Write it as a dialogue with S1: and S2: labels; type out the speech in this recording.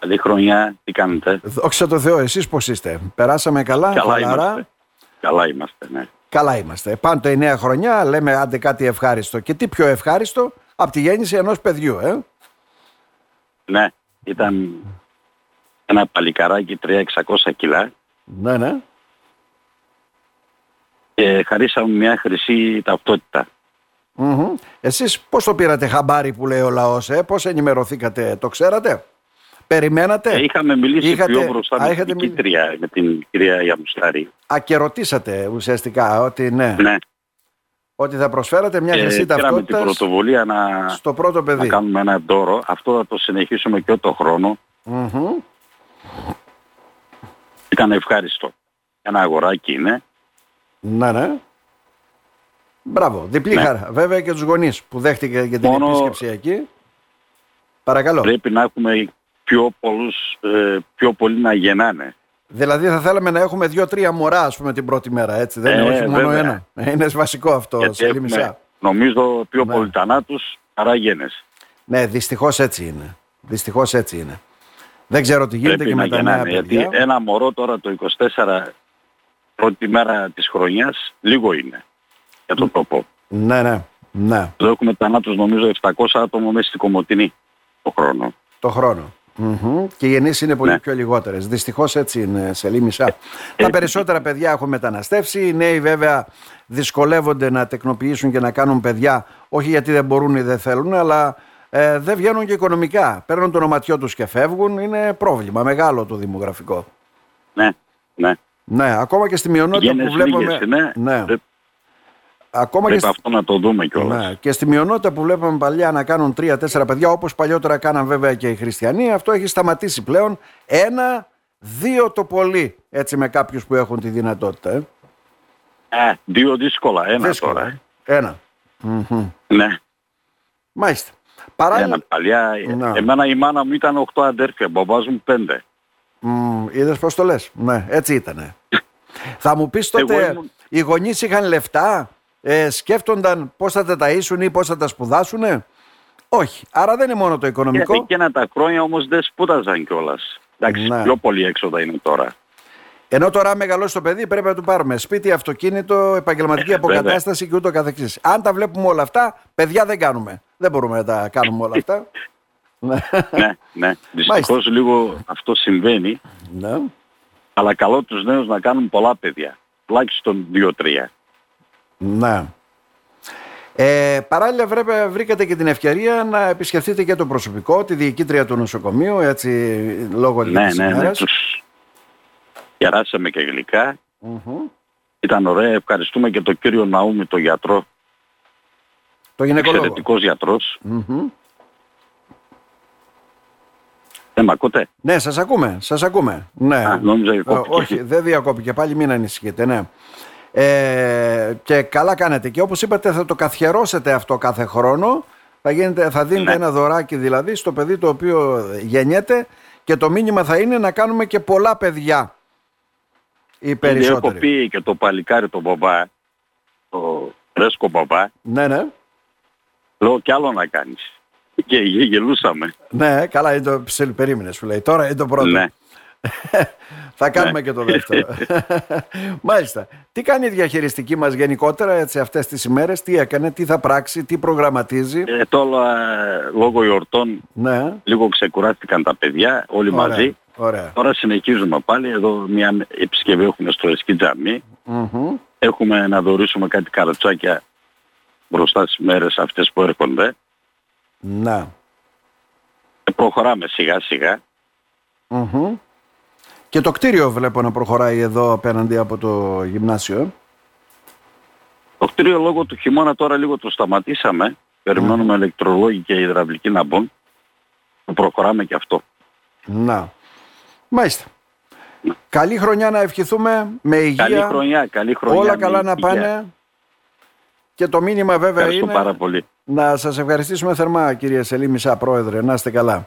S1: Καλή χρονιά, τι κάνετε.
S2: Δόξα τω Θεώ, εσείς πώς είστε. Περάσαμε καλά,
S1: Καλά
S2: χαλαρά.
S1: είμαστε. Καλά είμαστε, ναι.
S2: Καλά είμαστε. Πάντοτε η νέα χρονιά λέμε άντε κάτι ευχάριστο. Και τι πιο ευχάριστο από τη γέννηση ενός παιδιού, ε.
S1: Ναι, ήταν ένα παλικαράκι 3-600 κιλά
S2: Ναι, ναι.
S1: και χαρίσαμε μια χρυσή ταυτότητα.
S2: Μμμ. Εσείς πώς το πήρατε χαμπάρι που λέει ο λαός, ε? πώς ενημερωθήκατε, το ξέρατε, περιμένατε,
S1: Ε, είχαμε μιλήσει
S2: Είχατε-
S1: πιο μπροστά
S2: Α,
S1: με
S2: είχατε
S1: την
S2: μιλήσει.
S1: κήτρια, με την κυρία Γιαμουστάρη.
S2: ακερωτήσατε ουσιαστικά ότι ναι,
S1: Ναι,
S2: ότι θα προσφέρατε μια
S1: και
S2: ε, χρυσή
S1: πήραμε την
S2: ταυτότητας
S1: πρωτοβουλία να,
S2: στο πρώτο
S1: να
S2: παιδί.
S1: κάνουμε ένα δώρο. Αυτό θα το συνεχίσουμε και το χρόνο.
S2: Μμμ.
S1: Ήταν ευχάριστο. Ένα αγοράκι είναι.
S2: Ναι, ναι. Μπράβο, διπλή
S1: Ναι.
S2: χαρά. Βέβαια και τους γονείς που δέχτηκε και την
S1: Μόνο-
S2: επίσκεψη εκεί. Παρακαλώ.
S1: Πρέπει να έχουμε πιο πολλούς, ε, πιο πολλοί να γεννάνε.
S2: Δηλαδή θα θέλαμε να έχουμε δύο-τρία μωρά, ας πούμε, την πρώτη μέρα, έτσι. Δεν
S1: Ε,
S2: είναι, όχι μόνο
S1: βέβαια.
S2: ένα. Ε, Είναι βασικό αυτό,
S1: γιατί
S2: σε
S1: έχουμε, νομίζω, πιο
S2: Ναι.
S1: πολλοί θανάτους παρά γένες.
S2: Ναι, δυστυχώς έτσι είναι. Δυστυχώς έτσι είναι. Δεν ξέρω τι γίνεται
S1: Πρέπει
S2: και
S1: να
S2: με τα νέα
S1: γεννάνε.
S2: παιδιά.
S1: Γιατί ε. ένα μωρό τώρα το 24, πρώτη μέρα της χρονιάς, λίγο είναι. Για τον τόπο.
S2: Ναι, ναι, ναι.
S1: Εδώ έχουμε θανάτους νομίζω 700 άτομα μέσα στην Κομωτινή το χρόνο.
S2: Το χρόνο. Μμμ. Και οι γεννήσεις είναι πολύ
S1: Ναι.
S2: πιο λιγότερες. Δυστυχώς έτσι είναι, σε μισά. Τα
S1: ε,
S2: περισσότερα παιδιά έχουν μεταναστεύσει. Οι νέοι βέβαια δυσκολεύονται να τεκνοποιήσουν και να κάνουν παιδιά. Όχι γιατί δεν μπορούν ή δεν θέλουν, αλλά ε, δεν βγαίνουν και οικονομικά. Παίρνουν το ονοματιό τους και φεύγουν. Είναι πρόβλημα μεγάλο το δημογραφικό.
S1: Ναι, ναι.
S2: Ναι, ακόμα και στη μειονότητα
S1: Γένες
S2: που βλέπουμε.
S1: λίγες είναι.
S2: Ναι.
S1: Πρέ-
S2: Ακόμα και
S1: Πρέπει
S2: στη-
S1: αυτό να το δούμε κιόλας.
S2: Ναι, και στη μειονότητα που βλέπαμε παλιά να κάνουν τρία-τέσσερα παιδιά, όπως παλιότερα κάναν βέβαια και οι χριστιανοί, αυτό έχει σταματήσει πλέον. Ένα, δύο το πολύ. Έτσι με κάποιους που έχουν τη δυνατότητα. Ε.
S1: Ε, δύο δύσκολα. Ένα
S2: Δύσκολο.
S1: τώρα. ε.
S2: Ένα. ε.
S1: Ναι.
S2: Μάλιστα. Παράλληλα.
S1: Ένα παλιά.
S2: Ναι.
S1: Εμένα η μάνα μου ήταν 8 αδέρφια, μπαμπάς μου 5.
S2: Είδες πώς το λες. Ναι, έτσι ήτανε. θα μου πεις τότε,
S1: Εγώ ήμουν-
S2: οι γονείς είχαν λεφτά, ε, σκέφτονταν πώς θα τα ταΐσουν ή πώς θα τα σπουδάσουνε. Όχι. Άρα δεν είναι μόνο το
S1: Και
S2: οικονομικό.
S1: εκείνα τα χρόνια όμως δεν σπούδαζαν κιόλας. Εντάξει,
S2: Ναι.
S1: πιο πολύ έξοδα είναι τώρα.
S2: Ενώ τώρα αν μεγαλώσει το παιδί πρέπει να του πάρουμε σπίτι, αυτοκίνητο, επαγγελματική
S1: Ε,
S2: αποκατάσταση και ούτω καθεξής. Αν τα βλέπουμε όλα αυτά, παιδιά δεν κάνουμε. Δεν μπορούμε να τα κάνουμε όλα αυτά. ναι.
S1: ναι, ναι. Δυστυχώς λίγο αυτό συμβαίνει.
S2: ναι.
S1: Αλλά καλό τους νέους να κάνουν πολλά παιδιά. Τουλάχιστον δύο-τρία.
S2: Ναι. Ε, παράλληλα βρέπε, βρήκατε και την ευκαιρία να επισκεφτείτε και το προσωπικό, τη διοικήτρια του νοσοκομείου, έτσι λόγω
S1: Ναι,
S2: της
S1: ναι, ναι.
S2: ημέρας.
S1: Τους κεράσαμε και γλυκά.
S2: Μμμ.
S1: Ήταν ωραία. Ευχαριστούμε και τον κύριο Ναούμι, τον γιατρό.
S2: Το γυναικολόγο.
S1: Εξαιρετικός γιατρός.
S2: Μμμ.
S1: Δεν μ' Ε, ακούτε.
S2: Ναι, σας ακούμε, σας ακούμε. Ναι.
S1: Α, νόμιζα
S2: Ε,
S1: διακόπηκε.
S2: όχι, δεν διακόπηκε. Πάλι μην ανησυχείτε, ναι. Ε, και καλά κάνετε. Και όπως είπατε θα το καθιερώσετε αυτό κάθε χρόνο. Θα, γίνεται, θα δίνετε
S1: Ναι.
S2: ένα δωράκι δηλαδή στο παιδί το οποίο γεννιέται και το μήνυμα θα είναι να κάνουμε και πολλά παιδιά. Οι
S1: Έχω
S2: περισσότεροι.
S1: πει και το παλικάρι τον μπαμπά, το ρέσκο μπαμπά,
S2: Ναι, ναι.
S1: λέω κι άλλο να κάνεις. Και γε- γελούσαμε.
S2: Ναι, καλά, είναι το ψιλ, περίμενε σου λέει. Τώρα είναι το πρώτο.
S1: Ναι.
S2: Θα κάνουμε και το δεύτερο. Μάλιστα. Τι κάνει η διαχειριστική μας γενικότερα έτσι, αυτές τις ημέρες, τι έκανε, τι θα πράξει, τι προγραμματίζει.
S1: Ε, τώρα λόγω γιορτών
S2: Ναι.
S1: λίγο ξεκουράστηκαν τα παιδιά όλοι
S2: Ωραία.
S1: μαζί.
S2: Ωραία.
S1: Τώρα συνεχίζουμε πάλι. Εδώ μια επισκευή έχουμε στο Εσκι Τζαμί.
S2: Μμμ.
S1: Έχουμε να δωρήσουμε κάτι καρατσάκια μπροστά στις μέρες αυτές που έρχονται.
S2: Να.
S1: Ε, Προχωράμε σιγά σιγά.
S2: Μμμ. Και το κτίριο βλέπω να προχωράει εδώ απέναντι από το γυμνάσιο. ε.
S1: Το κτίριο λόγω του χειμώνα τώρα λίγο το σταματήσαμε. Περιμένουμε ηλεκτρολόγοι και υδραυλικοί να μπουν. Προχωράμε και αυτό.
S2: Να. Μάλιστα. Καλή χρονιά να ευχηθούμε με υγεία.
S1: Καλή χρονιά, καλή χρονιά.
S2: Όλα
S1: με
S2: καλά να
S1: υγεία.
S2: πάνε. Και το μήνυμα βέβαια
S1: Ευχαριστώ
S2: είναι
S1: πάρα πολύ.
S2: να σας ευχαριστήσουμε θερμά κύριε Σελή Μισά Πρόεδρε. Να είστε καλά.